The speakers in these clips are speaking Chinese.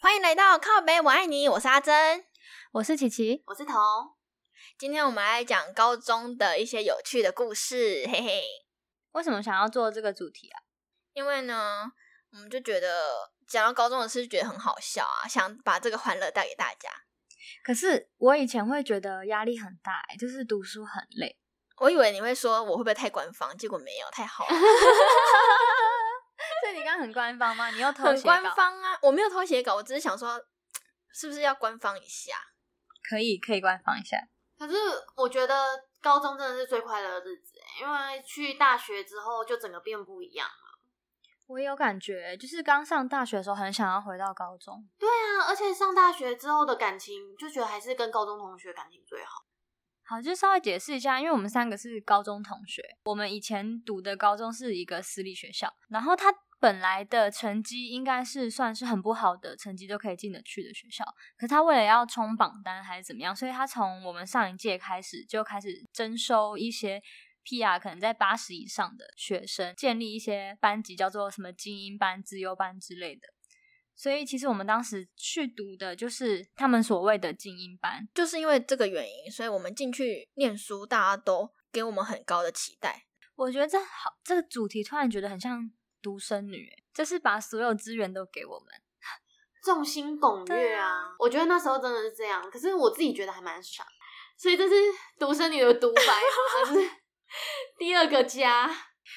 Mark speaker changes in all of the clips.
Speaker 1: 欢迎来到靠北，我爱你，我是阿珍，
Speaker 2: 我是琪琪，
Speaker 3: 我是彤。
Speaker 1: 今天我们来讲高中的一些有趣的故事，嘿嘿。
Speaker 2: 为什么想要做这个主题啊？
Speaker 1: 因为呢，我们就觉得讲到高中的事，觉得很好笑啊，想把这个欢乐带给大家。
Speaker 2: 可是我以前会觉得压力很大、欸，就是读书很累。
Speaker 1: 我以为你会说我会不会太官方，结果没有，太好了，
Speaker 2: 所以你刚刚很官方吗？你又 偷
Speaker 1: 很
Speaker 2: 写
Speaker 1: 官
Speaker 2: 稿
Speaker 1: 方啊。我没有偷写稿，我只是想说，是不是要官方一下？
Speaker 2: 可以可以官方一下。
Speaker 3: 可是我觉得高中真的是最快乐的日子欸，因为去大学之后就整个变不一样了。
Speaker 2: 我也有感觉、欸就是刚上大学的时候很想要回到高中。
Speaker 3: 对啊，而且上大学之后的感情，就觉得还是跟高中同学感情最好。
Speaker 2: 好，就稍微解释一下，因为我们三个是高中同学，我们以前读的高中是一个私立学校，然后他本来的成绩应该是算是很不好的成绩都可以进得去的学校，可是他为了要冲榜单还是怎么样，所以他从我们上一届开始就开始征收一些 PR 可能在八十以上的学生，建立一些班级叫做什么精英班、资优班之类的。所以其实我们当时去读的就是他们所谓的精英班，
Speaker 1: 就是因为这个原因，所以我们进去念书，大家都给我们很高的期待。
Speaker 2: 我觉得这好，这个主题突然觉得很像独生女欸，就是把所有资源都给我们。
Speaker 3: 众星拱
Speaker 2: 对
Speaker 3: 月
Speaker 2: 啊
Speaker 3: 啊，我觉得那时候真的是这样。可是我自己觉得还蛮傻，所以这是独生女的独白吗？还是 第二个家？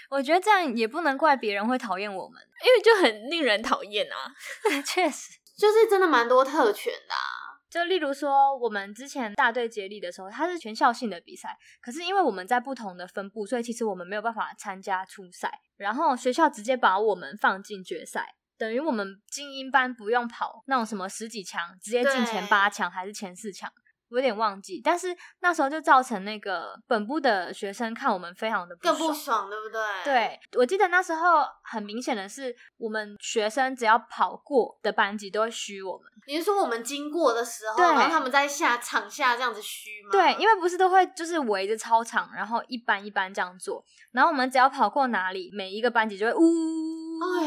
Speaker 2: 我觉得这样也不能怪别人会讨厌我们，啊
Speaker 1: 因为就很令人讨厌啊。
Speaker 2: 确实。
Speaker 3: 就是真的蛮多特权的、啊。
Speaker 2: 就例如说，我们之前大队接力的时候，它是全校性的比赛，可是因为我们在不同的分部，所以其实我们没有办法参加初赛。然后学校直接把我们放进决赛，等于我们精英班不用跑那种什么十几强，直接进前
Speaker 3: 对
Speaker 2: 八强还是前四强，我有点忘记。但是那时候就造成那个本部的学生看我们非常的不
Speaker 3: 更
Speaker 2: 爽。
Speaker 3: 不爽，对不对？，
Speaker 2: 对，我记得那时候很明显的是，我们学生只要跑过的班级都会虚我们。
Speaker 3: 你是说我们经过的时候，
Speaker 2: 对
Speaker 3: 然后他们在下场下这样子虚吗？
Speaker 2: 对，因为不是都会就是围着操场，然后一班一班这样做，然后我们只要跑过哪里，每一个班级就会呜，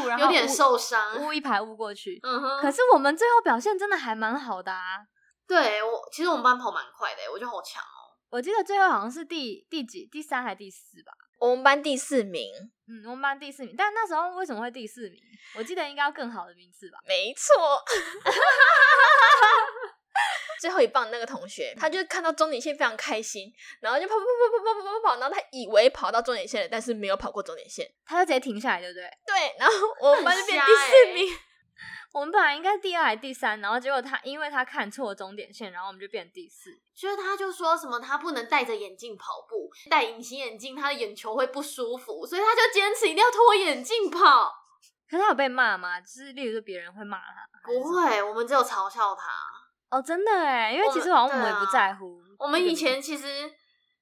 Speaker 2: 然
Speaker 3: 哎有
Speaker 2: 后
Speaker 3: 点
Speaker 2: 呜
Speaker 3: 受伤。
Speaker 2: 呜一排呜过去。
Speaker 3: 嗯哼，
Speaker 2: 可是我们最后表现真的还蛮好的啊！
Speaker 3: 对我其实我们班跑蛮快的，我觉得好强哦。
Speaker 2: 我记得最后好像是第第几第三还第四吧，
Speaker 1: 我们班第四名，
Speaker 2: 嗯，我们班第四名。但那时候为什么会第四名？我记得应该要更好的名次吧。
Speaker 1: 没错。 最后一棒那个同学，他就看到终点线非常开心，然后就跑跑跑跑跑跑跑跑，然后他以为跑到终点线了，但是没有跑过终点线。
Speaker 2: 他就直接停下来，对不对？
Speaker 1: 对， 然后我们班就变
Speaker 3: 很
Speaker 1: 第
Speaker 3: 瞎
Speaker 1: 四
Speaker 3: 欸
Speaker 1: 名，
Speaker 2: 我们本来应该第二还第三，然后结果他因为他看错终点线，然后我们就变第四。
Speaker 3: 就是他就说什么他不能戴着眼镜跑步，戴隐形眼镜他的眼球会不舒服，所以他就坚持一定要脱眼镜跑。
Speaker 2: 可是他有被骂吗？就是例如说别人会骂他，
Speaker 3: 不会，我们只有嘲笑他。
Speaker 2: 哦，真的哎，因为
Speaker 3: 我
Speaker 2: 其
Speaker 3: 们
Speaker 2: 实好像我
Speaker 3: 对
Speaker 2: 们也不
Speaker 3: 啊
Speaker 2: 在乎。
Speaker 3: 我们以前其实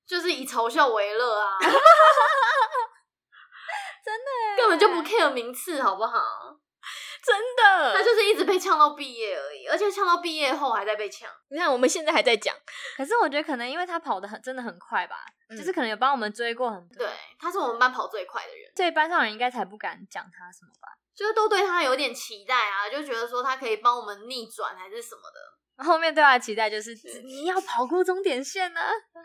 Speaker 3: 就是以嘲笑为乐 啊，根本就不 care 名次，好不好？
Speaker 1: 真
Speaker 3: 他
Speaker 1: 的。
Speaker 3: 就是一直被呛到毕业而已，而且呛到毕业后还在被呛。
Speaker 1: 你看，我们现在还在讲，
Speaker 2: 可是我觉得可能因为他跑的很真的很快吧，
Speaker 1: 嗯
Speaker 2: 就是可能有帮我们追过很多。
Speaker 3: 对，，他是我们班跑最快的人，
Speaker 2: 所以班上人应该才不敢讲他什么吧。
Speaker 3: 就是都对他有点期待啊，就觉得说他可以帮我们逆转还是什么的。
Speaker 2: 后面对他的期待就是你要跑过终点线呢、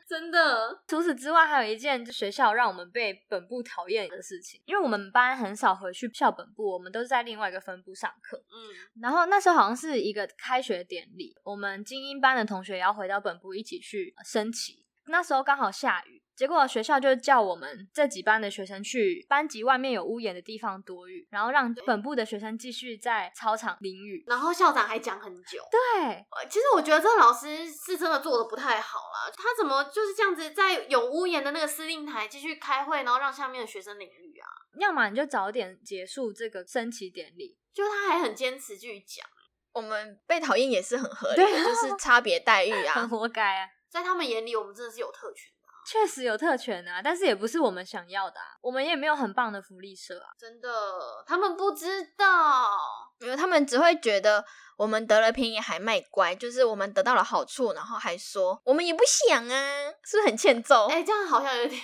Speaker 3: 真的，
Speaker 2: 除此之外，还有一件就学校让我们被本部讨厌的事情，因为我们班很少回去校本部，我们都是在另外一个分部上课。
Speaker 3: 嗯，
Speaker 2: 然后那时候好像是一个开学典礼，我们精英班的同学也要回到本部一起去呃升旗。那时候刚好下雨，结果学校就叫我们这几班的学生去班级外面有屋檐的地方躲雨，然后让本部的学生继续在操场淋雨。
Speaker 3: 然后校长还讲很久。
Speaker 2: 对，
Speaker 3: 呃其实我觉得这老师是真的做的不太好啦，他怎么就是这样子在有屋檐的那个司令台继续开会，然后让下面的学生淋雨啊？
Speaker 2: 要么你就早点结束这个升旗典礼，
Speaker 3: 就他还很坚持继续讲，
Speaker 1: 我们被讨厌也是很合理
Speaker 2: 对
Speaker 1: 的，就是差别待遇
Speaker 2: 很
Speaker 1: 啊。
Speaker 2: 活该啊。
Speaker 3: 在他们眼里我们真的是有特权的啊，
Speaker 2: 确实有特权啊，但是也不是我们想要的、啊，我们也没有很棒的福利社啊。
Speaker 3: 真的，他们不知道，
Speaker 1: 因为他们只会觉得我们得了便宜还卖乖，就是我们得到了好处，然后还说我们也不想啊，是不是很欠揍？
Speaker 3: 哎、这样好像有 点，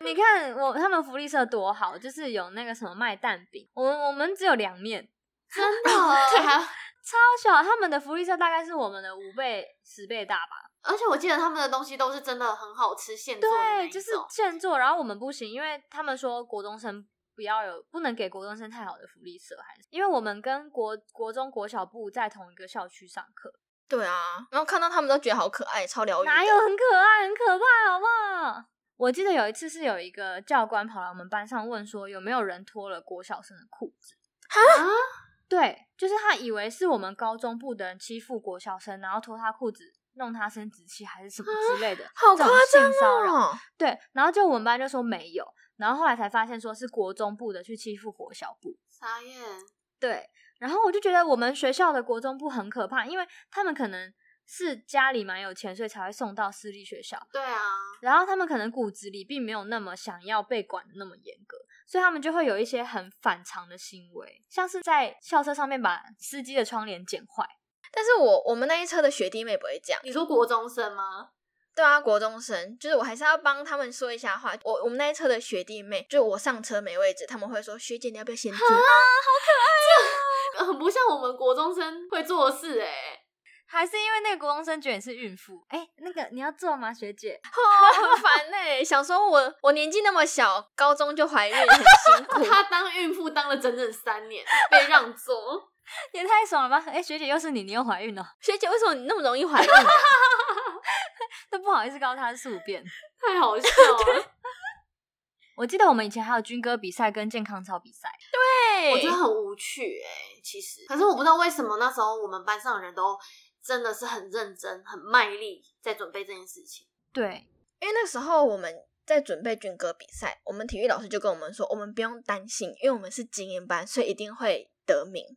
Speaker 2: 你看我他们福利社多
Speaker 3: 哦
Speaker 2: 好，就是有那个什么卖蛋饼，我们我们只有凉面，
Speaker 3: 真的，还
Speaker 2: 超小，他们的福利社大概是我们的五倍、十倍大吧。
Speaker 3: 而且我记得他们的东西都是真的很好吃，现做的那
Speaker 2: 对，
Speaker 3: 一
Speaker 2: 就是
Speaker 3: 种
Speaker 2: 现做，然后我们不行，因为他们说国中生不要有，不能给国中生太好的福利社，还是因为我们跟国国中国小部在同一个校区上课，
Speaker 1: 对啊，然后看到他们都觉得好可爱，超疗愈的。
Speaker 2: 哪有很可爱、很可怕，好不好？我记得有一次是有一个教官跑来我们班上问说有没有人脱了国小生的裤子，
Speaker 3: 啊，
Speaker 2: 对，就是他以为是我们高中部的人欺负国小生，然后脱他裤子弄他生殖器还是什么之类的，
Speaker 1: 啊好
Speaker 2: 这
Speaker 1: 夸
Speaker 2: 种
Speaker 1: 张
Speaker 2: 性骚扰。
Speaker 1: 哦！
Speaker 2: 对，然后就我们班就说没有，然后后来才发现说是国中部的去欺负国小部。
Speaker 3: 傻眼，
Speaker 2: 对，然后我就觉得我们学校的国中部很可怕，因为他们可能是家里蛮有钱，所以才会送到私立学校，
Speaker 3: 对啊，
Speaker 2: 然后他们可能骨子里并没有那么想要被管得那么严格。所以他们就会有一些很反常的行为，像是在校车上面把司机的窗帘剪坏。
Speaker 1: 但是我我们那一车的学弟妹不会这样，
Speaker 3: 你说国中生吗？
Speaker 1: 对啊，国中生就是我还是要帮他们说一下话。我我们那一车的学弟妹，就我上车没位置，他们会说学姐你要不要先坐？
Speaker 3: 很不像我们国中生会做的事哎、
Speaker 2: 还是因为那个国中生觉得你是孕妇，哎、那个你要做吗，学姐？
Speaker 1: 哦，很烦呢、想说我我年纪那么小，高中就怀孕，很 辛苦。
Speaker 3: 她当孕妇当了整整三年，被让座。
Speaker 2: 也太爽了吧！哎、学姐又是你，你又怀孕了，
Speaker 1: 学姐为什么你那么容易怀孕、啊？
Speaker 2: 都不好意思告诉他是宿便。
Speaker 3: 太好笑 了，
Speaker 2: 我记得我们以前还有军歌比赛跟健康操比赛，
Speaker 3: 我
Speaker 1: 对
Speaker 3: 觉得，很无趣哎、其实，可是我不知道为什么那时候我们班上的人都真的是很认真、很卖力在准备这件事情。
Speaker 2: 对，
Speaker 1: 因为那时候我们在准备军歌比赛，我们体育老师就跟我们说，我们不用担心，因为我们是精英班，所以一定会得名。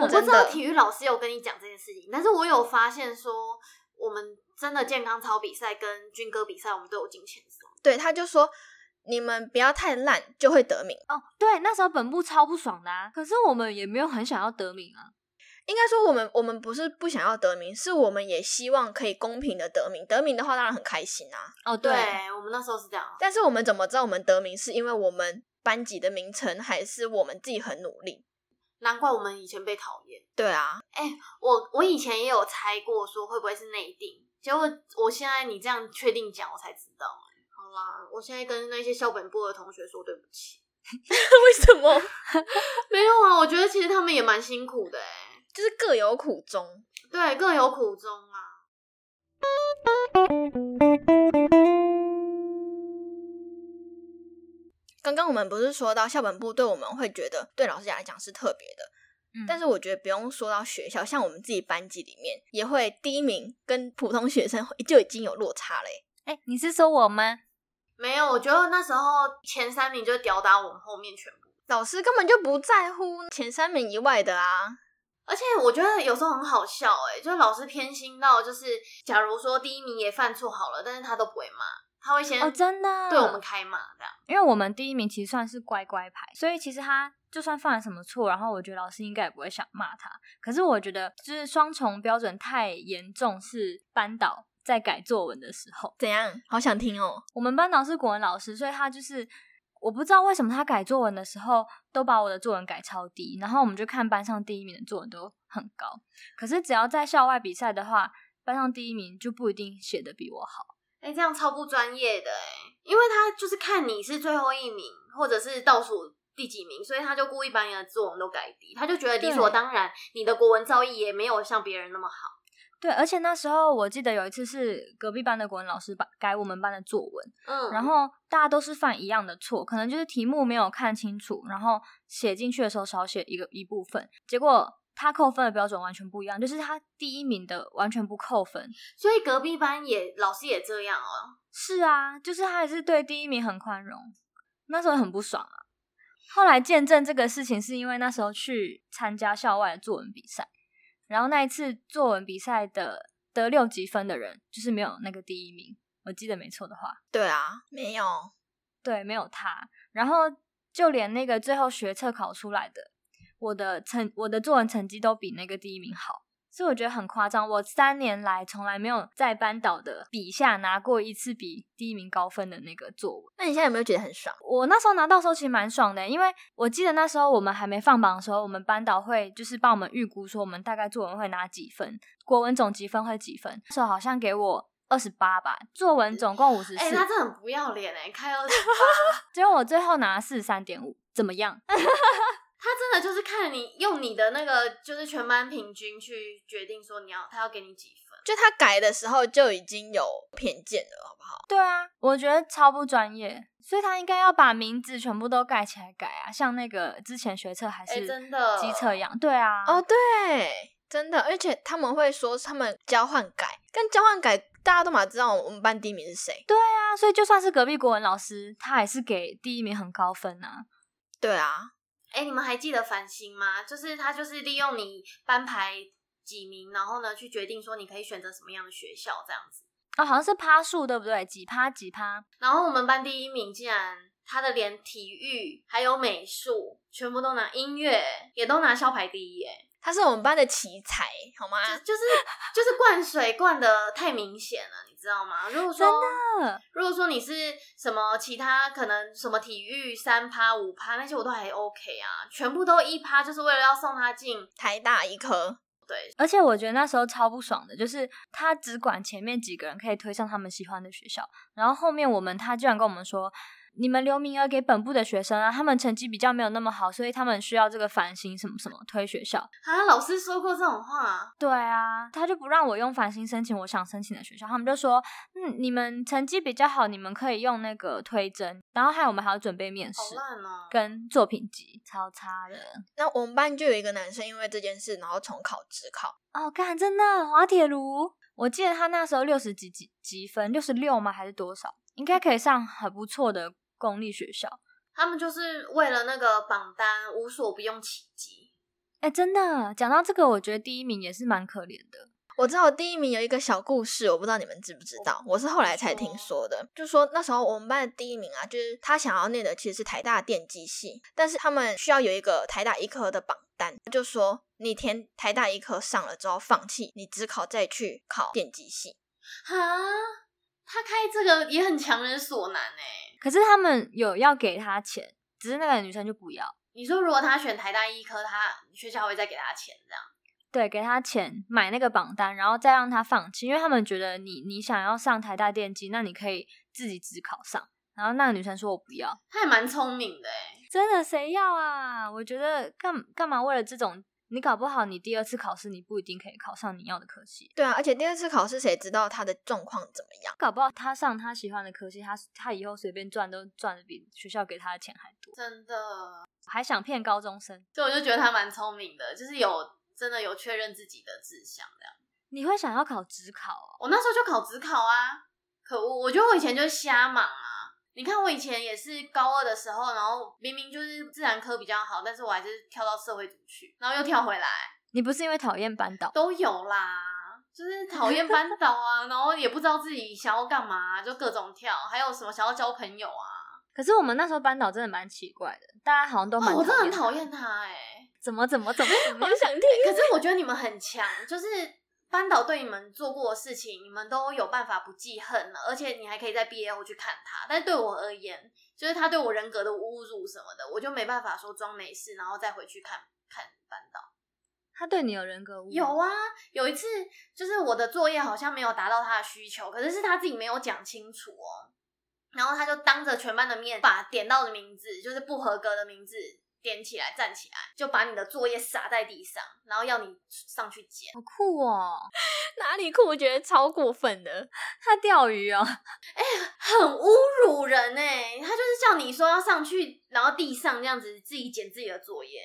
Speaker 3: 我不
Speaker 1: 真
Speaker 3: 知
Speaker 1: 的
Speaker 3: 道体育老师有跟你讲这件事情，但是我有发现说，我们真的健康操比赛跟军歌比赛，我们都有进前三。
Speaker 1: 对，他就说你们不要太烂，就会得名。
Speaker 2: 哦，对，那时候本部超不爽的、啊，可是我们也没有很想要得名啊。
Speaker 1: 应该说，我们我们不是不想要得名，是我们也希望可以公平的得名。得名的话，当然很开心啊。
Speaker 2: 哦，
Speaker 3: 对
Speaker 2: 对，
Speaker 3: 我们那时候是这样，啊
Speaker 1: 但是我们怎么知道我们得名是因为我们班级的名称，还是我们自己很努力？
Speaker 3: 难怪我们以前被讨厌。
Speaker 1: 对啊，
Speaker 3: 我我以前也有猜过，说会不会是内定，结果我现在你这样确定讲，我才知道、欸。好啦，我现在跟那些校本部的同学说对不起。
Speaker 1: 为什么？
Speaker 3: 没有啊，我觉得其实他们也蛮辛苦的、欸，
Speaker 1: 就是各有苦衷。
Speaker 3: 对，各有苦衷啊。
Speaker 1: 刚刚我们不是说到校本部对我们会觉得对老师来讲是特别的，
Speaker 2: 嗯
Speaker 1: 但是我觉得不用说到学校，像我们自己班级里面也会第一名跟普通学生就已经有落差嘞、
Speaker 2: 哎、你是说我吗？
Speaker 3: 没有，我觉得那时候前三名就吊打我们后面全部。
Speaker 1: 老师根本就不在乎前三名以外的啊。
Speaker 3: 而且我觉得有时候很好笑、欸，哎，就是老师偏心到，就是假如说第一名也犯错好了，但是他都不会骂，他会先
Speaker 2: 哦，真的，
Speaker 3: 嗯对我们开骂这样。
Speaker 2: 因为我们第一名其实算是乖乖牌，所以其实他就算犯了什么错，然后我觉得老师应该也不会想骂他。可是我觉得就是双重标准太严重，是班导在改作文的时候。
Speaker 1: 怎样？好想听哦。
Speaker 2: 我们班导是国文老师，所以他就是我不知道为什么他改作文的时候都把我的作文改超低，然后我们就看班上第一名的作文都很高，可是只要在校外比赛的话，班上第一名就不一定写的比我好。
Speaker 3: 哎、这样超不专业的哎、因为他就是看你是最后一名或者是倒数第几名，所以他就故意把你的作文都改低，他就觉得理所
Speaker 2: 对
Speaker 3: 当然，你的国文造诣也没有像别人那么好。
Speaker 2: 对，而且那时候我记得有一次是隔壁班的国文老师把改我们班的作文，
Speaker 3: 嗯
Speaker 2: 然后大家都是犯一样的错，可能就是题目没有看清楚，然后写进去的时候少写一个一部分，结果他扣分的标准完全不一样，就是他第一名的完全不扣分。
Speaker 3: 所以隔壁班也老师也这样哦、
Speaker 2: 是啊，就是他还是对第一名很宽容，那时候很不爽啊。后来见证这个事情，是因为那时候去参加校外的作文比赛，然后那一次作文比赛的得六级分的人，就是没有那个第一名，我记得没错的话，
Speaker 1: 对啊，没有。
Speaker 2: 对，没有他。然后就连那个最后学测考出来的，我的成我的作文成绩都比那个第一名好，所以我觉得很夸张。我三年来从来没有在班导的笔下拿过一次比第一名高分的那个作文。
Speaker 1: 那你现在有没有觉得很爽？啊
Speaker 2: 我那时候拿到的时候其实蛮爽的，因为我记得那时候我们还没放榜的时候，我们班导会就是帮我们预估说我们大概作文会拿几分，国文总积分会几分。那时候好像给我二十八吧，作文总共五十
Speaker 3: 哎、
Speaker 2: 四
Speaker 3: 他，真的很不要脸哎、开二十八，
Speaker 2: 结果我最后拿四十三点五，怎么样？
Speaker 3: 他真的就是看你用你的那个就是全班平均去决定说你要他要给你几分。
Speaker 1: 就他改的时候就已经有偏见了，好不好？
Speaker 2: 对啊，我觉得超不专业，所以他应该要把名字全部都盖起来改啊，像那个之前学测还
Speaker 3: 哎、
Speaker 2: 是
Speaker 3: 真的，
Speaker 2: 机测一样。对啊，
Speaker 1: 哦，对，真的，而且他们会说他们交换改，但交换改大家都嘛知道我们班第一名是谁。
Speaker 2: 对
Speaker 1: 对
Speaker 2: 啊，所以就算是隔壁国文老师，他还是给第一名很高分啊。
Speaker 1: 啊，
Speaker 3: 哎、你们还记得繁星吗？就是他就是利用你班排几名，然后呢去决定说你可以选择什么样的学校这样子。
Speaker 2: 哦，好像是趴数对不对？几趴几趴？
Speaker 3: 然后我们班第一名竟然他的连体育还有美术全部都拿，音乐也都拿校排第一耶、
Speaker 1: 他是我们班的奇才，好吗？
Speaker 3: 就就是就是灌水灌的太明显了，你知道吗？如果说
Speaker 2: 真的
Speaker 3: 如果说你是什么其他可能什么体育三趴五趴那些我都还 OK 啊，全部都一趴就是为了要送他进
Speaker 1: 台大医科，
Speaker 2: 而且我觉得那时候超不爽的，就是他只管前面几个人可以推上他们喜欢的学校，然后后面我们他居然跟我们说，你们留名额给本部的学生啊，他们成绩比较没有那么好，所以他们需要这个繁星什么什么推学校。
Speaker 3: 啊，老师说过这种话，
Speaker 2: 对啊，他就不让我用繁星申请我想申请的学校，他们就说，嗯，你们成绩比较好，你们可以用那个推甄，然后还有我们还要准备面试
Speaker 3: 好烂哦、
Speaker 2: 跟作品集，超差的。
Speaker 1: 那我们班就有一个男生因为这件事，然后重考职考，
Speaker 2: 哦，干，真的滑铁卢！我记得他那时候六十几几几分，六十六吗？还是多少？应该可以上很不错的公立学校。
Speaker 3: 他们就是为了那个榜单无所不用其极。
Speaker 2: 哎、真的，讲到这个，我觉得第一名也是蛮可怜的。
Speaker 1: 我知道第一名有一个小故事，我不知道你们知不知道，我是后来才听说的。就说那时候我们班的第一名啊，就是他想要念的其实是台大电机系，但是他们需要有一个台大医科的榜单，就说你填台大医科上了之后放弃，你只考再去考电机系。
Speaker 3: 哈，他开这个也很强人所难哎、
Speaker 2: 可是他们有要给他钱，只是那个女生就不要。
Speaker 3: 你说如果他选台大医科，他学校会再给他钱这样？
Speaker 2: 对，给他钱买那个榜单，然后再让他放弃，因为他们觉得你你想要上台大电机，那你可以自己只考上。然后那个女生说：“我不要。”
Speaker 3: 他也蛮聪明的哎、
Speaker 2: 真的谁要啊？我觉得干干嘛为了这种，你搞不好你第二次考试你不一定可以考上你要的科系，
Speaker 1: 对啊，而且第二次考试谁知道他的状况怎么样？
Speaker 2: 搞不好他上他喜欢的科系，他他以后随便赚都赚的比学校给他的钱还多，
Speaker 3: 真的。
Speaker 2: 还想骗高中生。
Speaker 3: 所以我就觉得他蛮聪明的，就是有真的有确认自己的志向这样。
Speaker 2: 你会想要考职考哦？
Speaker 3: 我那时候就考职考啊，可恶！我觉得我以前就是瞎忙啊。你看我以前也是高二的时候，然后明明就是自然科比较好，但是我还是跳到社会组去，然后又跳回来，
Speaker 2: 你不是因为讨厌班导？
Speaker 3: 都有啦。 就是讨厌班导啊，然后也不知道自己想要干嘛，就各种跳，还有什么想要交朋友啊，
Speaker 2: 可是我们那时候班导真的蛮奇怪的，大家好像都蛮、
Speaker 3: 哦、我真的很讨，厌他哎、
Speaker 2: 怎么怎么怎么怎么
Speaker 1: 好想听。
Speaker 3: 可是我觉得你们很强，就是班导对你们做过的事情，你们都有办法不记恨了，而且你还可以在毕业后去看他。但对我而言，就是他对我人格的侮辱什么的，我就没办法说装没事，然后再回去看看班导。
Speaker 2: 他对你有人格污？
Speaker 3: 有，啊，有一次就是我的作业好像没有达到他的需求，可是是他自己没有讲清楚哦。然后他就当着全班的面把点到的名字，就是不合格的名字点起来，站起来，就把你的作业撒在地上，然后要你上去捡。
Speaker 2: 好酷 哦！
Speaker 1: 哪里酷？我觉得超过分的。
Speaker 2: 他钓鱼哦，
Speaker 3: 很侮辱人哎、他就是叫你说要上去，然后地上这样子自己捡自己的作业，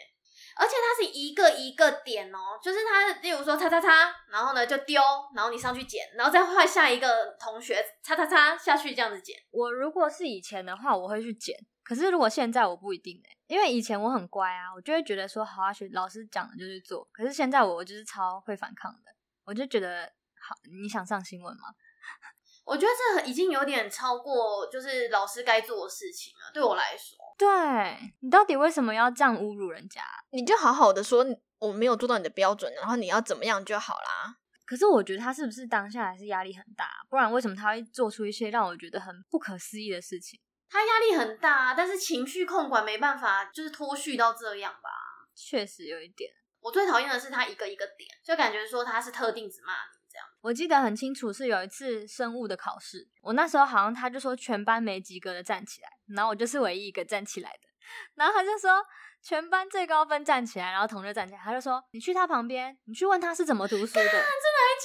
Speaker 3: 而且他是一个一个点哦、就是他例如说叉叉叉，然后呢就丢，然后你上去捡，然后再换下一个同学叉叉叉下去这样子捡。
Speaker 2: 我如果是以前的话，我会去捡。可是如果现在我不一定哎、因为以前我很乖啊，我就会觉得说好啊，学老师讲的就是做。可是现在我我就是超会反抗的，我就觉得好，你想上新闻吗？
Speaker 3: 我觉得这已经有点超过就是老师该做的事情了，对我来说。
Speaker 2: 对你到底为什么要这样侮辱人家？
Speaker 1: 你就好好的说，我没有做到你的标准，然后你要怎么样就好啦。
Speaker 2: 可是我觉得他是不是当下还是压力很大、啊不然为什么他会做出一些让我觉得很不可思议的事情？
Speaker 3: 他压力很大啊，但是情绪控管没办法，就是脱序到这样吧。
Speaker 2: 确实有一点。
Speaker 3: 我最讨厌的是他一个一个点，就感觉说他是特定只骂你这样。
Speaker 2: 我记得很清楚，是有一次生物的考试，我那时候好像他就说全班没及格的站起来，然后我就是唯一一个站起来的，然后他就说全班最高分站起来，然后同学站起来，他就说你去他旁边，你去问他是怎么读书的，
Speaker 3: 真的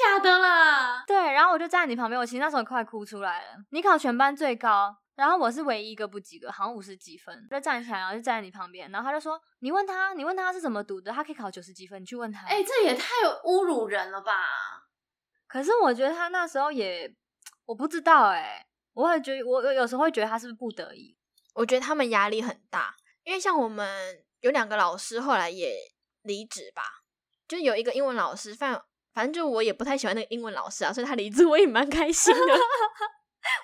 Speaker 3: 假的啦？
Speaker 2: 对，然后我就站在你旁边，我其实那时候快哭出来了，你考全班最高。然后我是唯一一个不及格，好像五十几分，我就站起来，然后就站在你旁边，然后他就说：“你问他，你问他是怎么读的，他可以考九十几分，你去问他。”
Speaker 3: 哎、这也太侮辱人了吧！
Speaker 2: 可是我觉得他那时候也，我不知道哎、我会觉得我有有时候会觉得他是不是不得已？
Speaker 1: 我觉得他们压力很大，因为像我们有两个老师后来也离职吧，就是有一个英文老师，反反正就我也不太喜欢那个英文老师啊，所以他离职我也蛮开心的。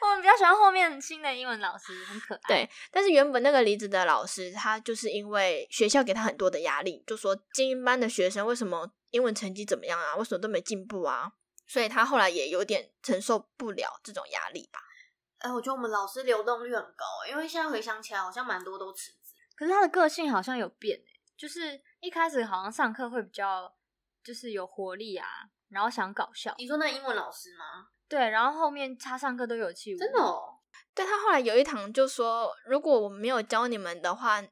Speaker 2: 我们比较喜欢后面新的英文老师，很可爱。
Speaker 1: 对，但是原本那个离职的老师，他就是因为学校给他很多的压力，就说精英班的学生为什么英文成绩怎么样啊，为什么都没进步啊，所以他后来也有点承受不了这种压力吧。
Speaker 3: 哎、我觉得我们老师流动率很高、因为现在回想起来，好像蛮多都辞职。
Speaker 2: 可是他的个性好像有变、欸、就是一开始好像上课会比较就是有活力啊，然后想搞笑，
Speaker 3: 你说那个英文老师吗？
Speaker 2: 对，然后后面他上课都有气无力
Speaker 3: 真的哦，
Speaker 1: 对他后来有一堂就说，如果我没有教你们的话，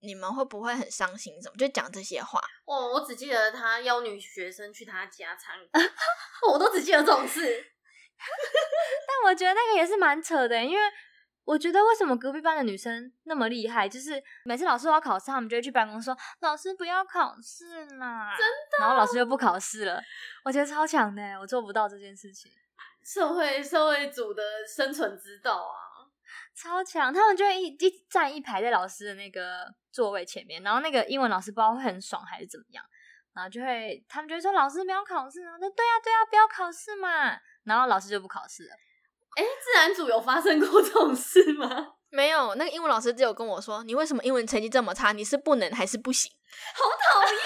Speaker 1: 你们会不会很伤心？怎么就讲这些话？
Speaker 3: 哦，我只记得他邀女学生去他家参观， 我都只记得这种事。
Speaker 2: 但我觉得那个也是蛮扯的欸，因为我觉得为什么隔壁班的女生那么厉害，就是每次老师都要考试，他们就会去办公室说老师不要考试啦，真的，然后老师就不考试了，我觉得超强的欸，我做不到这件事情，
Speaker 3: 社会社会组的生存之道啊，
Speaker 2: 超强，他们就会一一站一排在老师的那个座位前面，然后那个英文老师不知道会很爽还是怎么样，然后就会他们就会说老师不要考试，然后就对啊对啊不要考试嘛，然后老师就不考试了。
Speaker 3: 哎、自然组有发生过这种事吗？ 好
Speaker 1: 没有，那个英文老师只有跟我说，你为什么英文成绩这么差？你是不能还是不行？
Speaker 3: 讨厌！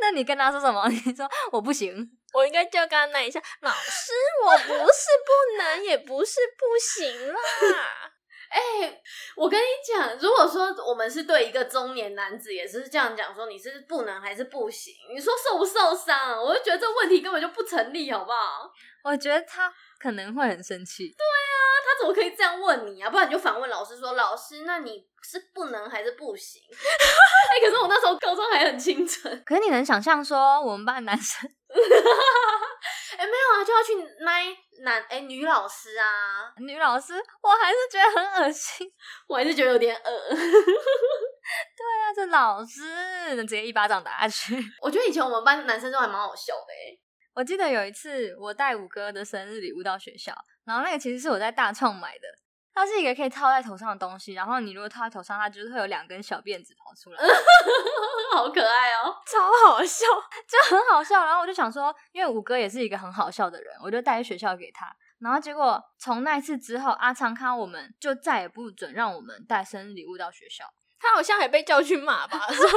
Speaker 2: 那你跟他说什么？ 你说我不行，
Speaker 1: 我应该就要跟他那一下，老师，我不是不能，也不是不行啦。
Speaker 3: 哎、我跟你讲，如果说我们是对一个中年男子也是这样讲，说你是不能还是不行，你说受不受伤？我就觉得这问题根本就不成立，好不好？
Speaker 2: 我觉得他可能会很生气。
Speaker 3: 他怎么可以这样问你啊？不然你就反问老师说：“老师，那你是不能还是不行？” 哎、可是我那时候高中还很清 纯，
Speaker 2: 可是你能想象说我们班男生
Speaker 3: 哎、没有啊，就要去奶男哎、女老师啊，
Speaker 2: 女老师，我还是觉得很恶心。
Speaker 3: 我还是觉得有点恶。
Speaker 2: 对啊，这老师直接一巴掌打下去。
Speaker 3: 我觉得以前我们班男生都还蛮好笑的哎、
Speaker 2: 我记得有一次我带五哥的生日礼物到学校，然后那个其实是我在大创买的。它是一个可以套在头上的东西，然后你如果套在头上，它就是会有两根小辫子跑出来，
Speaker 3: 好可爱哦、
Speaker 1: 超好笑。
Speaker 2: 就很好笑。然后我就想说，因为五哥也是一个很好笑的人，我就带去学校给他。然后结果从那一次之后，阿昌看到我们就再也不准让我们带生日礼物到学校。
Speaker 1: 他好像还被叫去骂吧？ 说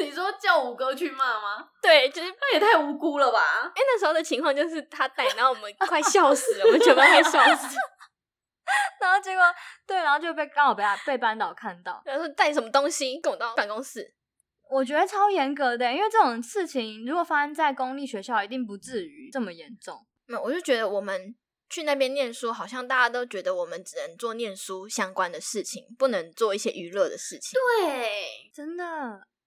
Speaker 3: 你说叫五哥去骂吗？
Speaker 1: 对，就是
Speaker 3: 那也太无辜了吧！
Speaker 1: 哎、那时候的情况就是他带，然后我们快笑死了，我们全班快 笑死。
Speaker 2: 然后结果对，然后就被刚好被他被班导看到，
Speaker 1: 然后说带什么东西跟我到办公室，
Speaker 2: 我觉得超严格的，因为这种事情如果发生在公立学校，一定不至于这么严重。
Speaker 1: 没有，我就觉得我们去那边念书，好像大家都觉得我们只能做念书相关的事情，不能做一些娱乐的事情。
Speaker 3: 对，
Speaker 2: 真的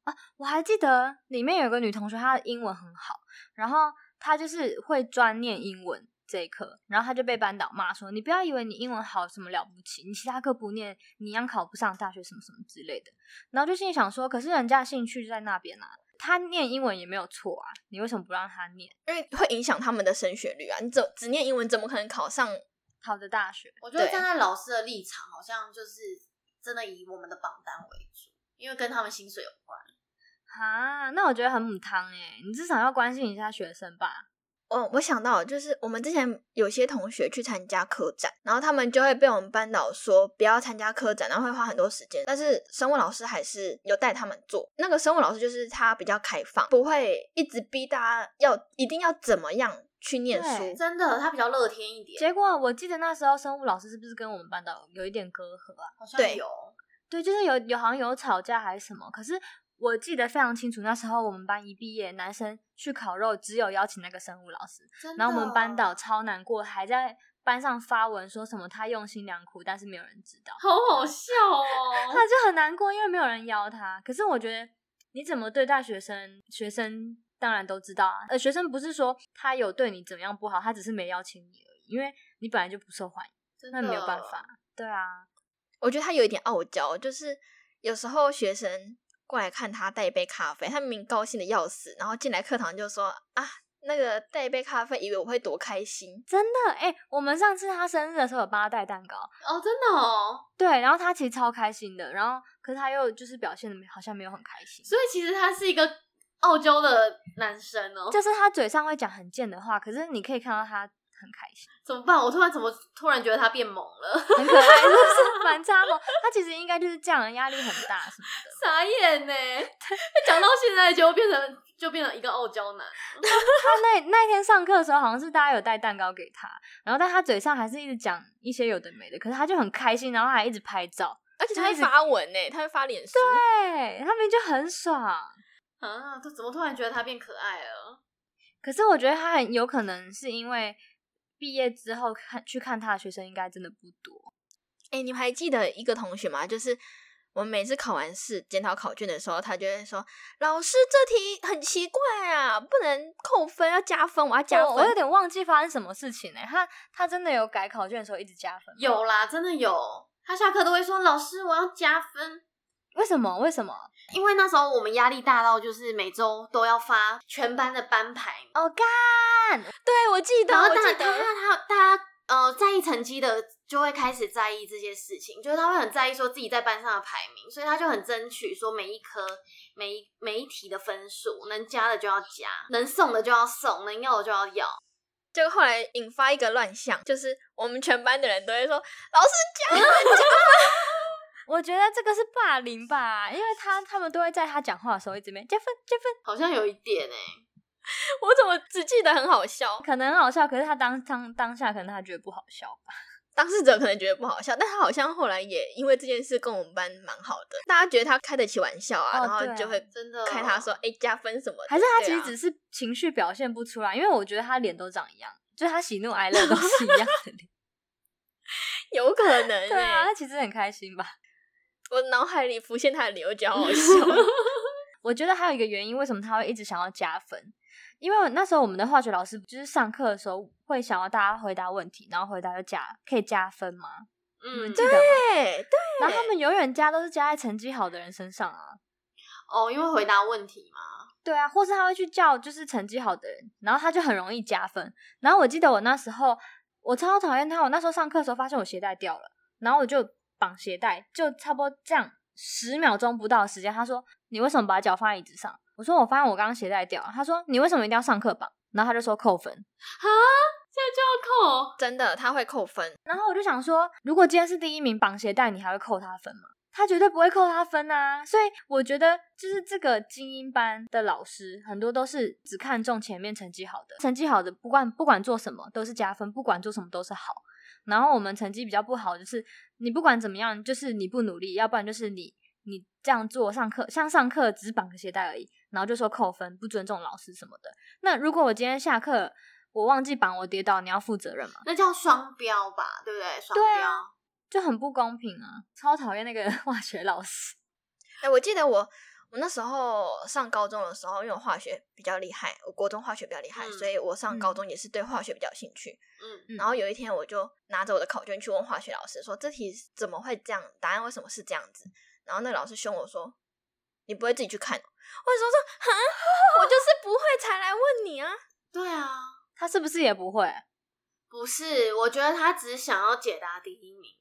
Speaker 2: 啊！我还记得里面有个女同学，她的英文很好，然后她就是会专念英文这一科，然后她就被班导骂说：“你不要以为你英文好有什么了不起，你其他科不念，你一样考不上大学什么什么之类的。”然后就心里想说：“可是人家兴趣就在那边啊，她念英文也没有错啊，你为什么不让她念
Speaker 1: 因为会影响他们的升学率啊！你只只念英文，怎么可能考上？
Speaker 2: 好的大学？”
Speaker 3: 我觉得
Speaker 1: 对
Speaker 3: 站在老师的立场，好像就是真的以我们的榜单为主，因为跟他们薪水有关。
Speaker 2: 欸啊，那我觉得很母汤哎、你至少要关心一下学生吧。
Speaker 1: 哦，我想到就是我们之前有些同学去参加科展，然后他们就会被我们班导说不要参加科展，然后会花很多时间。但是生物老师还是有带他们做。那个生物老师就是他比较开放，不会一直逼大家要一定要怎么样去念
Speaker 2: 对
Speaker 1: 书。
Speaker 3: 真的，他比较乐天一点，
Speaker 2: 结果我记得那时候生物老师是不是跟我们班导有一点隔阂啊？
Speaker 3: 好像
Speaker 1: 对
Speaker 3: 有。
Speaker 2: 对，就是有有好像有吵架还是什么，可是我记得非常清楚，那时候我们班一毕业，男生去烤肉只有邀请那个生物老师，
Speaker 3: 真的哦
Speaker 2: 然后我们班导超难过，还在班上发文说什么他用心良苦，但是没有人知道，
Speaker 3: 好好笑哦，
Speaker 2: 他就很难过，因为没有人邀他。可是我觉得你怎么对待学生，学生当然都知道啊，呃，学生不是说他有对你怎么样不好，他只是没邀请你而已，因为你本来就不受欢迎，
Speaker 3: 真的哦
Speaker 2: 那没有办法。。对啊，
Speaker 1: 我觉得他有一点傲娇，就是有时候学生过来看他带一杯咖啡，他明明高兴的要死，然后进来课堂就说啊，那个带一杯咖啡，以为我会多开心。
Speaker 2: 真的哎、我们上次他生日的时候有帮他带蛋糕，
Speaker 3: 哦，真的哦，
Speaker 2: 对，然后他其实超开心的，然后可是他又就是表现的好像没有很开心，
Speaker 3: 所以其实他是一个傲娇的男生哦。
Speaker 2: 就是他嘴上会讲很贱的话，可是你可以看到他很开心，
Speaker 3: 怎么办？我突然怎么突然觉得他变萌了？
Speaker 2: 很可爱，就是反差萌。他其实应该就是这样，压力很大什么的。
Speaker 3: 傻眼呢！讲到现在就变成就变成一个傲娇男，
Speaker 2: 他那那一天上课的时候，好像是大家有带蛋糕给他，然后但他嘴上还是一直讲一些有的没的，可是他就很开心，然后还一直拍照，
Speaker 1: 而且他
Speaker 2: 就
Speaker 1: 会
Speaker 2: 一直
Speaker 1: 发文呢、他会发脸书。
Speaker 2: 对，他们就很爽。
Speaker 3: 啊，他怎么突然觉得他变可爱了？
Speaker 2: 可是我觉得他很有可能是因为毕业之后看去看他的学生应该真的不多。
Speaker 1: 哎、你们还记得一个同学吗？就是我们每次考完试检讨考卷的时候，他就会说：“老师，这题很奇怪啊，不能扣分，要加分，我要加
Speaker 2: 哦我我
Speaker 1: 分
Speaker 2: 有。点忘记发生什么事情呢、他他真的有改考卷的时候一直加分吗，
Speaker 3: 有啦，真的有。他下课都会说：“老师，我要加分。
Speaker 2: 为什么？为什么？”
Speaker 3: 因为那时候我们压力大到，就是每周都要发全班的班牌，
Speaker 2: 哦干！
Speaker 1: 对，我记得，
Speaker 3: 然后
Speaker 1: 我
Speaker 3: 大
Speaker 1: 记
Speaker 3: 大
Speaker 1: 得，
Speaker 3: 他大家呃在意成绩的就会开始在意这些事情，就是他会很在意说自己在班上的排名，所以他就很争取说每一科每一每一题的分数，能加的就要加，能送的就要送，能要的就要要。
Speaker 1: 结果后来引发一个乱象，就是我们全班的人都会说：“老师加分。
Speaker 2: 我觉得这个是霸凌吧，因为他他们都会在他讲话的时候一直没加分加分，
Speaker 3: 好像有一点哎、”
Speaker 1: 我怎么只记得很好笑？
Speaker 2: 可能很好笑，可是他当当当下可能他觉得不好笑吧。
Speaker 1: 当事者可能觉得不好笑，但他好像后来也因为这件事跟我们班蛮好的，大家觉得他开得起玩笑啊，
Speaker 2: 哦
Speaker 1: 然
Speaker 2: 对啊
Speaker 1: 后就会
Speaker 3: 真的
Speaker 1: 开他说：“哎、加分什么的？”
Speaker 2: 还是他其
Speaker 1: 对
Speaker 2: 实
Speaker 1: 啊
Speaker 2: 只是情绪表现不出来，因为我觉得他脸都长一样，就是他喜怒哀乐都是一样的脸。
Speaker 1: 有可能、欸，
Speaker 2: 对啊，他其实很开心吧。
Speaker 1: 我脑海里浮现他的脸，我觉得好 好笑。
Speaker 2: 我觉得还有一个原因，为什么他会一直想要加分？因为那时候我们的化学老师就是上课的时候会想要大家回答问题，然后回答就加，可以加分吗？你们
Speaker 3: 嗯
Speaker 2: 记，得吗？
Speaker 1: 对对，
Speaker 2: 然后他们永远加都是加在成绩好的人身上啊。
Speaker 3: 哦，因为回答问题嘛，
Speaker 2: 对啊，或是他会去叫就是成绩好的人，然后他就很容易加分。然后我记得我那时候我超讨厌他，我那时候上课的时候发现我鞋带掉了，然后我就绑鞋带，就差不多这样十秒钟不到的时间，他说你为什么把脚放在椅子上？我说我发现我刚刚鞋带掉了，他说你为什么一定要上课绑？然后他就说扣分，
Speaker 3: 这就要扣。
Speaker 1: 真的他会扣分，
Speaker 2: 然后我就想说，如果今天是第一名绑鞋带，你还会扣他分吗？他绝对不会扣他分啊！所以我觉得，就是这个精英班的老师，很多都是只看重前面成绩好的，成绩好的不管不管做什么都是加分，不管做什么都是好。然后我们成绩比较不好，就是你不管怎么样，就是你不努力，要不然就是你你这样做上课，像上课只绑个鞋带而已，然后就说扣分，不尊重老师什么的。那如果我今天下课我忘记绑，我跌倒，你要负责任吗？
Speaker 3: 那叫双标吧，对不对？双
Speaker 2: 对
Speaker 3: 标，
Speaker 2: 啊就很不公平啊！超讨厌那个 化学老师。
Speaker 1: 哎、我记得我我那时候上高中的时候，因为我化学比较厉害，我国中化学比较厉害，
Speaker 3: 嗯
Speaker 1: 所以我上
Speaker 2: 嗯
Speaker 1: 高中也是对化学比较有兴趣。
Speaker 3: 嗯，
Speaker 2: 嗯
Speaker 1: 然后有一天，我就拿着我的考卷去问化学老师说：“这题怎么会这样？答案为什么是这样子？”然后那个老师凶我说：“你不会自己去看哦？”我就说：“哈， 我就是不会才来问你啊。”
Speaker 3: 对啊，
Speaker 2: 他是不是也不会
Speaker 3: 不是，我觉得他只想要解答第一名。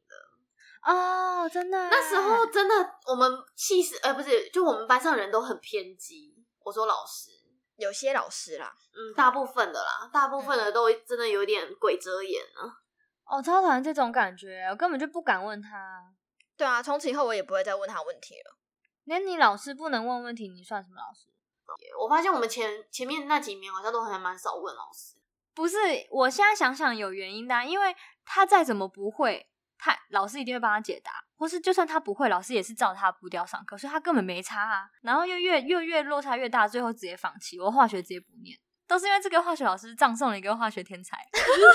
Speaker 2: 哦？真的欸，
Speaker 3: 那时候呃真的，我们系是，哎、不是，就我们班上人都很偏激。我说老师，
Speaker 1: 有些老师啦，
Speaker 3: 嗯，大部分的啦，大部分的都真的有点鬼遮眼了。
Speaker 2: 哦，超讨厌这种感觉，我根本就不敢问他。
Speaker 1: 对啊，从此以后我也不会再问他问题了。
Speaker 2: 连你老师不能问问题，你算什么老师？
Speaker 3: 我发现我们前前面那几年好像都还蛮少问老师，
Speaker 2: 不是，我现在想想有原因的啊、因为他再怎么不会，他老师一定会帮他解答，或是就算他不会，老师也是照他的步调上课，所以他根本没差啊。然后又越又越落差越大，最后直接放弃。我化学直接不念，都是因为这个化学老师葬送了一个化学天才。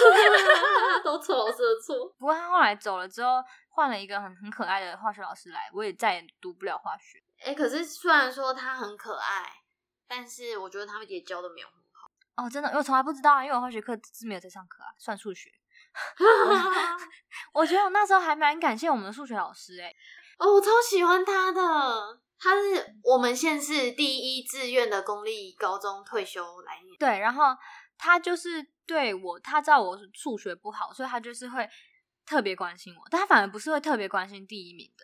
Speaker 3: 都错老师的错。
Speaker 2: 不过他后来走了之后，换了一个很很可爱的化学老师来，我也再也读不了化学。
Speaker 3: 哎、可是虽然说他很可爱，但是我觉得他们也教的没有很好。
Speaker 2: 哦，真的，因为我从来不知道啊，因为我化学课是没有在上课啊，算数学。 我觉得我那时候还蛮感谢我们的数学老师诶、欸
Speaker 3: 哦，我超喜欢他的，他是我们县市第一志愿的公立高中退休来念。
Speaker 2: 对，然后他就是对我，他知道我数学不好，所以他就是会特别关心我，但他反而不是会特别关心第一名的，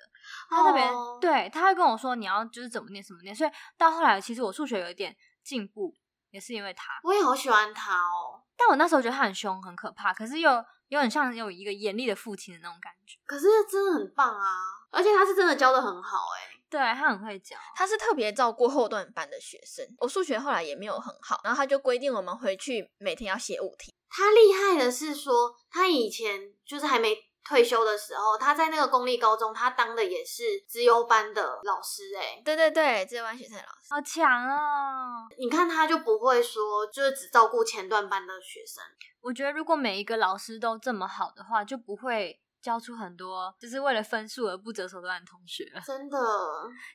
Speaker 2: 他特别、
Speaker 3: 哦
Speaker 2: 对，他会跟我说你要就是怎么念怎么念，所以到后来其实我数学有一点进步，也是因为他，
Speaker 3: 我也好喜欢他哦。
Speaker 2: 但我那时候觉得他很凶很可怕，可是又又很像有一个严厉的父亲的那种感觉，
Speaker 3: 可是真的很棒啊，而且他是真的教的很好哎、
Speaker 2: 对他很会教，
Speaker 1: 他是特别照顾后段班的学生，我数学后来也没有很好，然后他就规定我们回去每天要写五题。
Speaker 3: 他厉害的是说，他以前就是还没退休的时候，他在那个公立高中，他当的也是资优班的老师、欸。
Speaker 1: 对对对，这班学生老师，
Speaker 2: 好强哦！
Speaker 3: 你看他就不会说，就是只照顾前段班的学生。
Speaker 2: 我觉得如果每一个老师都这么好的话，就不会教出很多就是为了分数而不择手段的同学了。
Speaker 3: 真的，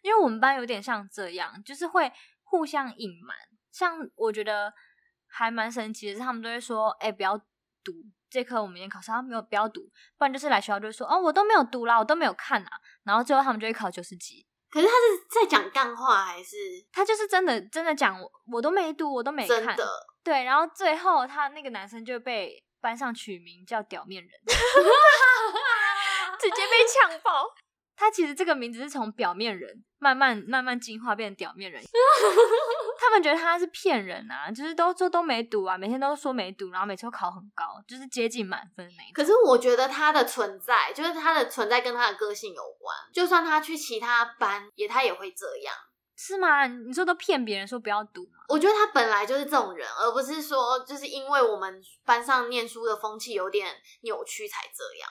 Speaker 2: 因为我们班有点像这样，就是会互相隐瞒。像我觉得还蛮神奇的是，他们都会说：“哎、不要读这科，我明天考上，他没有不要读。”不然就是来学校就会说：“哦，我都没有读啦，我都没有看啊。”然后最后他们就会考九十几。
Speaker 3: 可是他是在讲干话还是
Speaker 2: 他就是真的真的讲我我都没读，我都没
Speaker 3: 真
Speaker 2: 看。
Speaker 3: 的？
Speaker 2: 对，然后最后他那个男生就被班上取名叫“屌面人”。
Speaker 1: 直接被呛爆。
Speaker 2: 他其实这个名字是从表面人慢慢慢慢进化变表面人，他们觉得他是骗人啊，就是都说都没读啊，每天都说没读，然后每次都考很高，就是接近满分的那一种。
Speaker 3: 可是我觉得他的存在，就是他的存在跟他的个性有关。就算他去其他班，也他也会这样。
Speaker 2: 是吗？你说都骗别人说不要读吗？
Speaker 3: 我觉得他本来就是这种人，而不是说就是因为我们班上念书的风气有点扭曲才这样。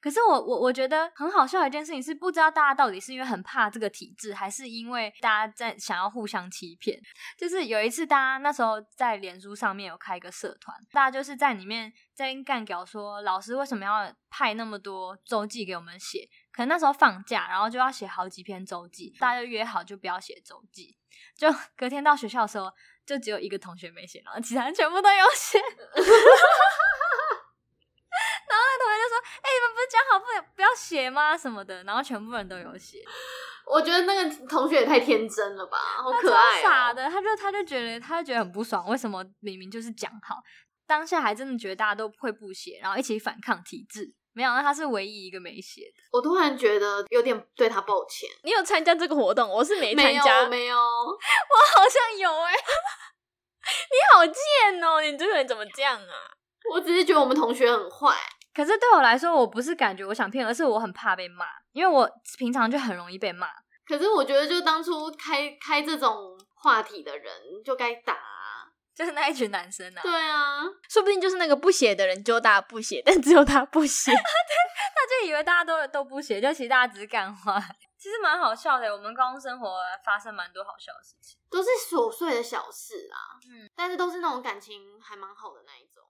Speaker 2: 可是我我我觉得很好笑的一件事情是，不知道大家到底是因为很怕这个体制，还是因为大家在想要互相欺骗。就是有一次，大家那时候在脸书上面有开一个社团，大家就是在里面在干屌说老师为什么要派那么多周记给我们写？可能那时候放假，然后就要写好几篇周记，大家就约好就不要写周记。就隔天到学校的时候，就只有一个同学没写，然后其他人全部都有写。 然后那同学就说：“哎、你们不是讲好不能不要写吗？什么的。”然后全部人都有写，
Speaker 3: 我觉得那个同学也太天真了吧，好可
Speaker 2: 他
Speaker 3: 爱、
Speaker 2: 超
Speaker 3: 哦。
Speaker 2: 傻的，他就他就觉得他就觉得很不爽，为什么明明就是讲好，当下还真的觉得大家都会不写，然后一起反抗体制。没想到他是唯一一个没写的。
Speaker 3: 我突然觉得有点对他抱歉。
Speaker 1: 你有参加这个活动？我是没参
Speaker 3: 没有
Speaker 1: 加，
Speaker 3: 没有，
Speaker 2: 好像有 哎、
Speaker 1: 你好贱哦！你这个人怎么这样啊？
Speaker 3: 我只是觉得我们同学很坏。
Speaker 2: 可是对我来说，我不是感觉我想骗，而是我很怕被骂，因为我平常就很容易被骂。
Speaker 3: 可是我觉得，就当初开开这种话题的人就该打啊、
Speaker 2: 就是那一群男生啊，
Speaker 3: 对啊，
Speaker 1: 说不定就是那个不写的人揪大家不写，但只有他不写。
Speaker 2: 他就以为大家都都不写，就其实大家只是干话，其实蛮好笑的。我们高中生活发生蛮多好笑的事情。
Speaker 3: 都是琐碎的小事啦。嗯，但是都是那种感情还蛮好的那一种。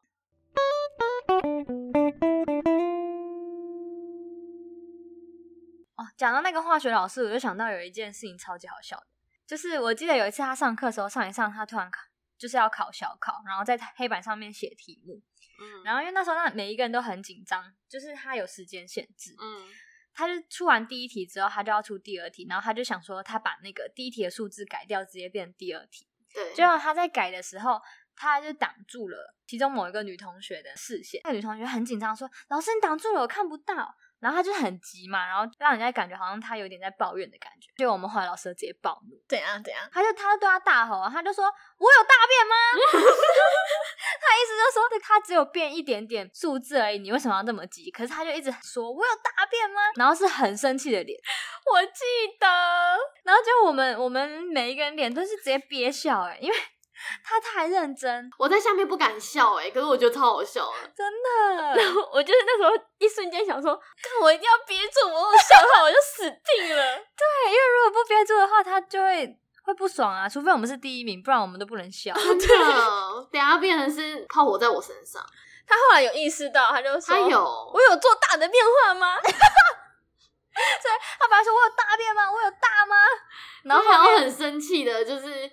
Speaker 2: 哦，讲到那个化学老师，我就想到有一件事情超级好笑的，就是我记得有一次他上课的时候，上一上他突然考，就是要考小考，然后在黑板上面写题目，
Speaker 3: 嗯，
Speaker 2: 然后因为那时候那每一个人都很紧张，就是他有时间限制，
Speaker 3: 嗯，
Speaker 2: 他就出完第一题之后，他就要出第二题，然后他就想说他把那个第一题的数字改掉，直接变第二题，
Speaker 3: 对，
Speaker 2: 结果他在改的时候，他就挡住了其中某一个女同学的视线。那个女同学很紧张，说：“老师，你挡住了，我看不到。”然后他就很急嘛，然后让人家感觉好像他有点在抱怨的感觉。结果我们后来老师就直接暴怒，
Speaker 1: 怎样怎样？
Speaker 2: 他就他就对他大吼啊，他就说：“我有大便吗？” 他意思就是说，他只有变一点点数字而已，你为什么要这么急？可是他就一直说：“我有大便吗？”然后是很生气的脸，
Speaker 1: 我记得，
Speaker 2: 然后就我们我们每一个人脸都是直接憋笑哎、因为 他太认真，
Speaker 3: 我在下面不敢笑哎、可是我觉得超好笑的。
Speaker 1: 啊
Speaker 2: 真的。
Speaker 1: 然后我就是那时候一瞬间想说，看我一定要憋住，我我笑的话我就死定 了。
Speaker 2: 对，因为如果不憋住的话，他就会会不爽啊。除非我们是第一名，不然我们都不能笑。
Speaker 3: 真的， 等一下变成是炮火在我身上。
Speaker 1: 他后来有意识到，他就说，
Speaker 3: 他有，
Speaker 1: 我有做大的变化 吗？
Speaker 2: 他本来说我有大便吗？我有大吗？然后
Speaker 3: 对啊
Speaker 2: 后
Speaker 3: 我
Speaker 2: 面
Speaker 3: 很生气的，就是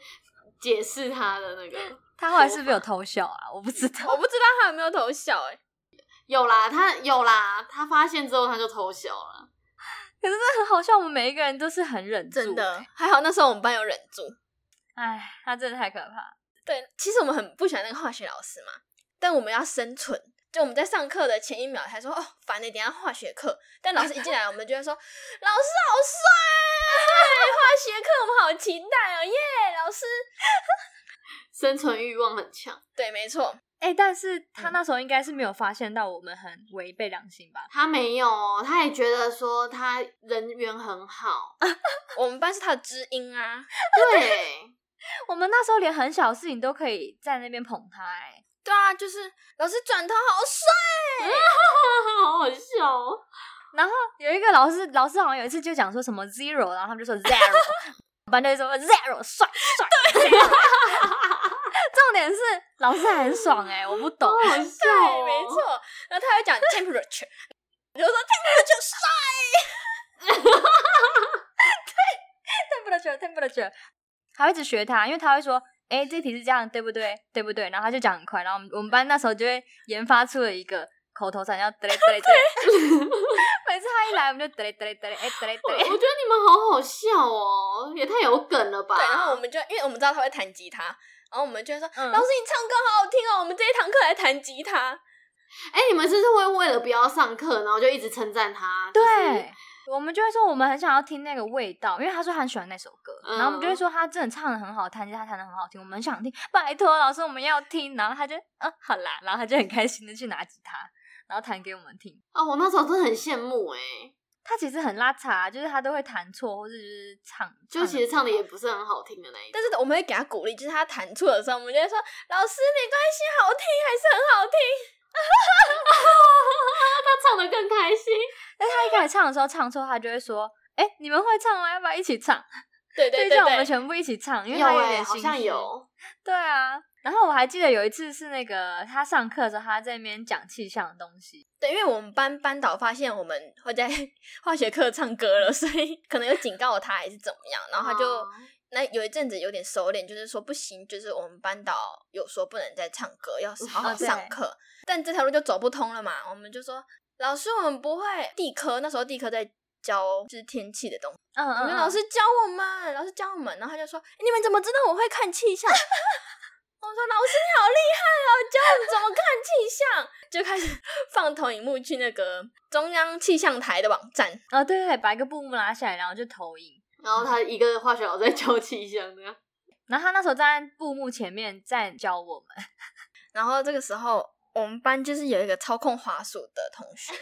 Speaker 3: 解释他的那个。
Speaker 2: 他后来是不是有偷笑啊？我不知道。
Speaker 1: 我不知道他有没有偷笑、欸，哎，
Speaker 3: 有啦，他有啦，他发现之后他就偷笑了。
Speaker 2: 可是真的很好笑，我们每一个人都是很忍住。
Speaker 1: 真，的还好那时候我们班有忍住。
Speaker 2: 哎，他真的太可怕。
Speaker 1: 对，其实我们很不喜欢那个化学老师嘛，但我们要生存。就我们在上课的前一秒还说哦烦的，等一下化学课。但老师一进来，我们就会说老师好帅，化学课我们好期待哦，耶！老师，
Speaker 3: 生存欲望很强，
Speaker 1: 对，没错，
Speaker 2: 哎、但是他那时候应该是没有发现到我们很违背良心吧？
Speaker 3: 他没有哦，他也觉得说他人缘很 好，
Speaker 1: 我们班是他的知音啊。
Speaker 3: 对，
Speaker 2: 我们那时候连很小的事情都可以在那边捧他、哎，
Speaker 1: 对啊，就是老师转头好帅，哦
Speaker 3: 好好笑哦。
Speaker 2: 然后有一个老师，老师好像有一次就讲说什么 zero，然后他们就说 zero，我 班就会说 zero 帅帅。zero 重点是老师还很爽哎、我不懂
Speaker 3: 好。好笑、
Speaker 1: 对，
Speaker 3: 哦，
Speaker 1: 没错。然后他还讲 temperature，我就说 temperature 帅，
Speaker 2: temperature temperature，还会一直学他，因为他会说，哎、这题是这样，对不对？对不对？然后他就讲很快，然后我们我们班那时候就会研发出了一个口头禅，叫得嘞得嘞得嘞。 每次他一来，我们就得嘞得嘞得嘞，哎得嘞
Speaker 3: 我
Speaker 2: 得
Speaker 3: 我
Speaker 2: 嘞
Speaker 3: 觉。得你们好好笑哦，也太有梗了吧？
Speaker 1: 对。然后我们就因为我们知道他会弹吉他，然后我们就会说、
Speaker 2: 嗯
Speaker 1: 老师你唱歌好好听哦，我们这一堂课来弹吉他。
Speaker 3: 哎、你们是不是会为了不要上课，然后就一直称赞他？就是
Speaker 2: 对，我们就会说我们很想要听那个味道，因为他说他很喜欢那首歌，
Speaker 3: 嗯
Speaker 2: 然后我们就会说他真的唱的很好，弹吉他弹的很好听，我们很想听，拜托老师我们要听，然后他就嗯好啦，然后他就很开心的去拿吉他，然后弹给我们听。
Speaker 3: 啊，我那时候真的很羡慕哎、
Speaker 2: 他其实很拉碴，就是他都会弹错，或是就是唱，
Speaker 3: 就其实唱的也不是很好听的那一种。
Speaker 1: 但是我们会给他鼓励，就是他弹错的时候，我们就会说：“老师没关系，好听还是很好听。
Speaker 3: 他唱的更开心，
Speaker 2: 但他一开始唱的时候唱错，他就会说：“哎、你们会唱吗？要不要一起唱？””
Speaker 1: 对对
Speaker 2: 就
Speaker 1: 对
Speaker 2: 叫我们
Speaker 1: 对，
Speaker 2: 全部一起唱，因为
Speaker 3: 有
Speaker 2: 他有
Speaker 3: 哎、
Speaker 2: 点
Speaker 3: 好
Speaker 2: 心虚
Speaker 3: 像。有，
Speaker 2: 对啊，然后我还记得有一次是那个他上课的时候，他在那边讲气象的东西，
Speaker 1: 对，因为我们班班导发现我们会在 化学课唱歌了，所以可能有警告他还是怎么样，然后他就、
Speaker 3: 哦
Speaker 1: 那有一阵子有点收敛，就是说不行，就是我们班导有说不能再唱歌，要好好
Speaker 2: 哦对
Speaker 1: 上课，但这条路就走不通了嘛，我们就说老师我们不会地科，那时候地科在。教就是天气的东西，
Speaker 2: 嗯
Speaker 1: 我
Speaker 2: 嗯，嗯
Speaker 1: 们老师教我们，老师教我们，然后他就说：“你们怎么知道我会看气象？” 我说：“老师你好厉害哦，教我们怎么看气象。”就开始 放投影幕去那个中央气象台的网站，
Speaker 2: 哦，对对对，把一个布幕拉下来，然后就投影。
Speaker 3: 然后他一个化学老师在教气象的，
Speaker 2: 然后他那时候站在布幕前面在教我们，
Speaker 1: 然后这个时候，我们班就是有一个操控滑鼠的同 学，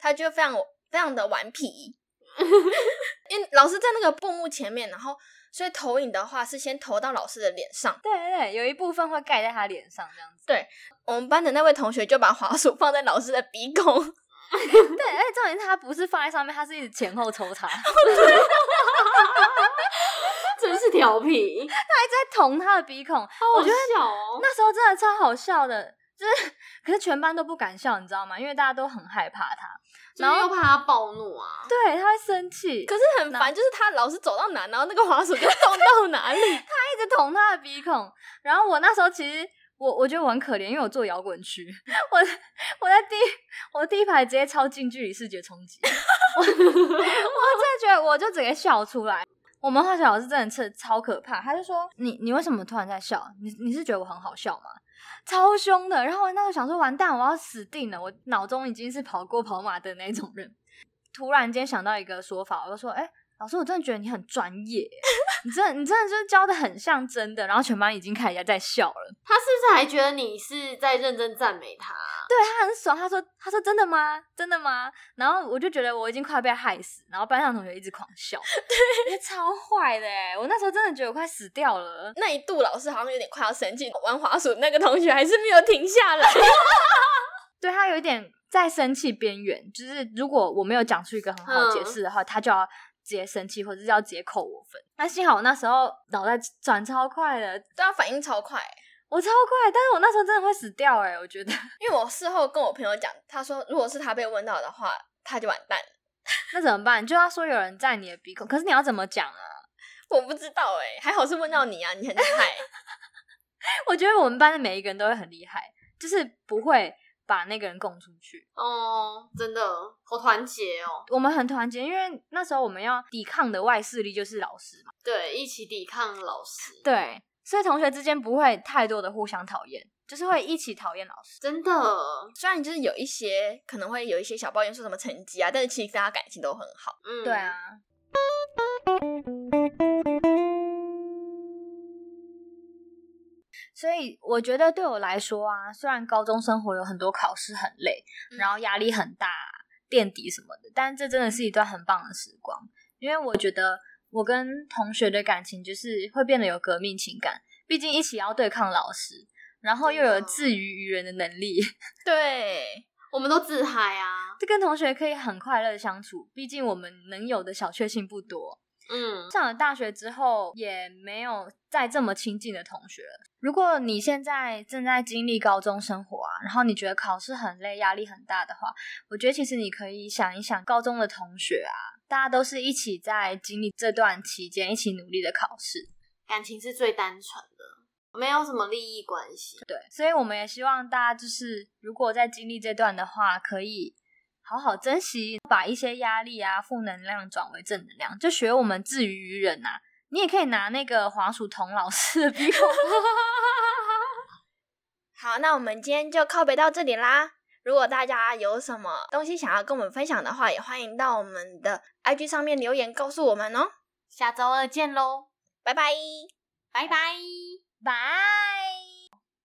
Speaker 1: 他就非常非常的顽皮， 因为老师在那个布幕前面，然后所以投影的话是先投到老师的脸上。
Speaker 2: 对对对，有一部分会盖在他脸上这样子。
Speaker 1: 我们班的那位同学就把滑鼠放在老师的鼻
Speaker 2: 对，
Speaker 1: 孔，
Speaker 2: 而且重点是他不是放在上面，他是一直前后抽插。
Speaker 3: 真是调 皮，
Speaker 2: 在捅他的鼻孔。
Speaker 3: 好
Speaker 2: 我
Speaker 3: 好
Speaker 2: 觉得
Speaker 3: 笑哦。
Speaker 2: 那时候真的超好笑的，就是 可是全班都不敢笑，你知道吗？因为大家都很害怕他，
Speaker 3: 然后又怕他暴怒啊，
Speaker 2: 对他会生气，
Speaker 1: 可是很烦，就是他老师走到哪，然后那个滑鼠就动到哪 里。
Speaker 2: 一直捅他的鼻孔。然后我那时候其实。我我觉得我很可怜，因为我做摇滚区， 我我在第我第一排直接超近距离视觉冲击， 我我真的觉得我就直接笑出来。我们化学老师真的是超可怕，他就说你你为什么突然在笑？你你是觉得我很好笑吗？超凶的。然后我那时候想说，完蛋，我要死定了！我脑中已经是跑过跑马的那种人。突然间想到一个说法，我就说，哎、老师，我真的觉得你很专业，你真的你真的就是教的很像真的。然后全班已经开始在笑了。
Speaker 3: 他是不是还觉得你是在认真赞美他？
Speaker 2: 对他很爽，他说他说真的吗？真的吗？然后我就觉得我已经快要被害死，然后班上同学一直狂笑，对，超坏的哎！我那时候真的觉得我快死掉了。
Speaker 1: 那一度老师好像有点快要生气，玩滑鼠那个同学还是没有停下来。
Speaker 2: 对他有一点在生气边缘，就是如果我没有讲出一个很好的解释的话，他就要直接生气，或者是要直接扣我分。那幸好我那时候脑袋转超快的，
Speaker 1: 对啊，反应超快欸、
Speaker 2: 我超快，但是我那时候真的会死掉哎、我觉得
Speaker 1: 因为我事后跟我朋友讲，他说如果是他被问到的话，他就完蛋了。
Speaker 2: 那怎么办？就要说有人在你的鼻孔，可是你要怎么讲啊？
Speaker 1: 我不知道哎、还好是问到你啊，你很厉 害。
Speaker 2: 我觉得我们班的每一个人都会很厉害，就是不会把那个人供出去。
Speaker 3: 哦，真的好团结哦，
Speaker 2: 我们很团结，因为那时候我们要抵抗的外势力就是老师嘛，
Speaker 3: 对，一起抵抗老师，
Speaker 2: 对，所以同学之间不会太多的互相讨厌，就是会一起讨厌老师。
Speaker 3: 真的，
Speaker 1: 虽然就是有一些可能会有一些小抱怨，说什么成绩啊，但是其实大家感情都很好。
Speaker 3: 嗯，
Speaker 2: 对，啊，所以我觉得对我来说啊，虽然高中生活有很多考试很累，
Speaker 1: 嗯
Speaker 2: 然后压力很大、垫底什么的，但这真的是一段很棒的时光，因为我觉得我跟同学的感情就是会变得有革命情感，毕竟一起要对抗老师，然后又有
Speaker 3: 真的
Speaker 2: 自娱于人的能力。
Speaker 1: 对，
Speaker 3: 我们都自嗨啊，
Speaker 2: 这跟同学可以很快乐的相处，毕竟我们能有的小确幸不多。
Speaker 3: 嗯，
Speaker 2: 上了大学之后，也没有再这么亲近的同学了。如果你现在正在经历高中生活啊，然后你觉得考试很累、压力很大的话，我觉得其实你可以想一想高中的同学啊，大家都是一起在经历这段期间一起努力的考试。
Speaker 3: 感情是最单纯的，没有什么利益关系，
Speaker 2: 对，所以我们也希望大家就是，如果在经历这段的话，可以好好珍惜，把一些压力啊、负能量转为正能量，就学我们自娱于人呐、啊。你也可以拿那个黄鼠童老师的 鼻孔
Speaker 1: 好，那我们今天就靠北到这里啦。如果大家有什么东西想要跟我们分享的话，也欢迎到我们的 IG 上面留言告诉我们哦。
Speaker 3: 下周二见喽，
Speaker 1: 拜拜。
Speaker 3: 拜拜。
Speaker 2: 拜。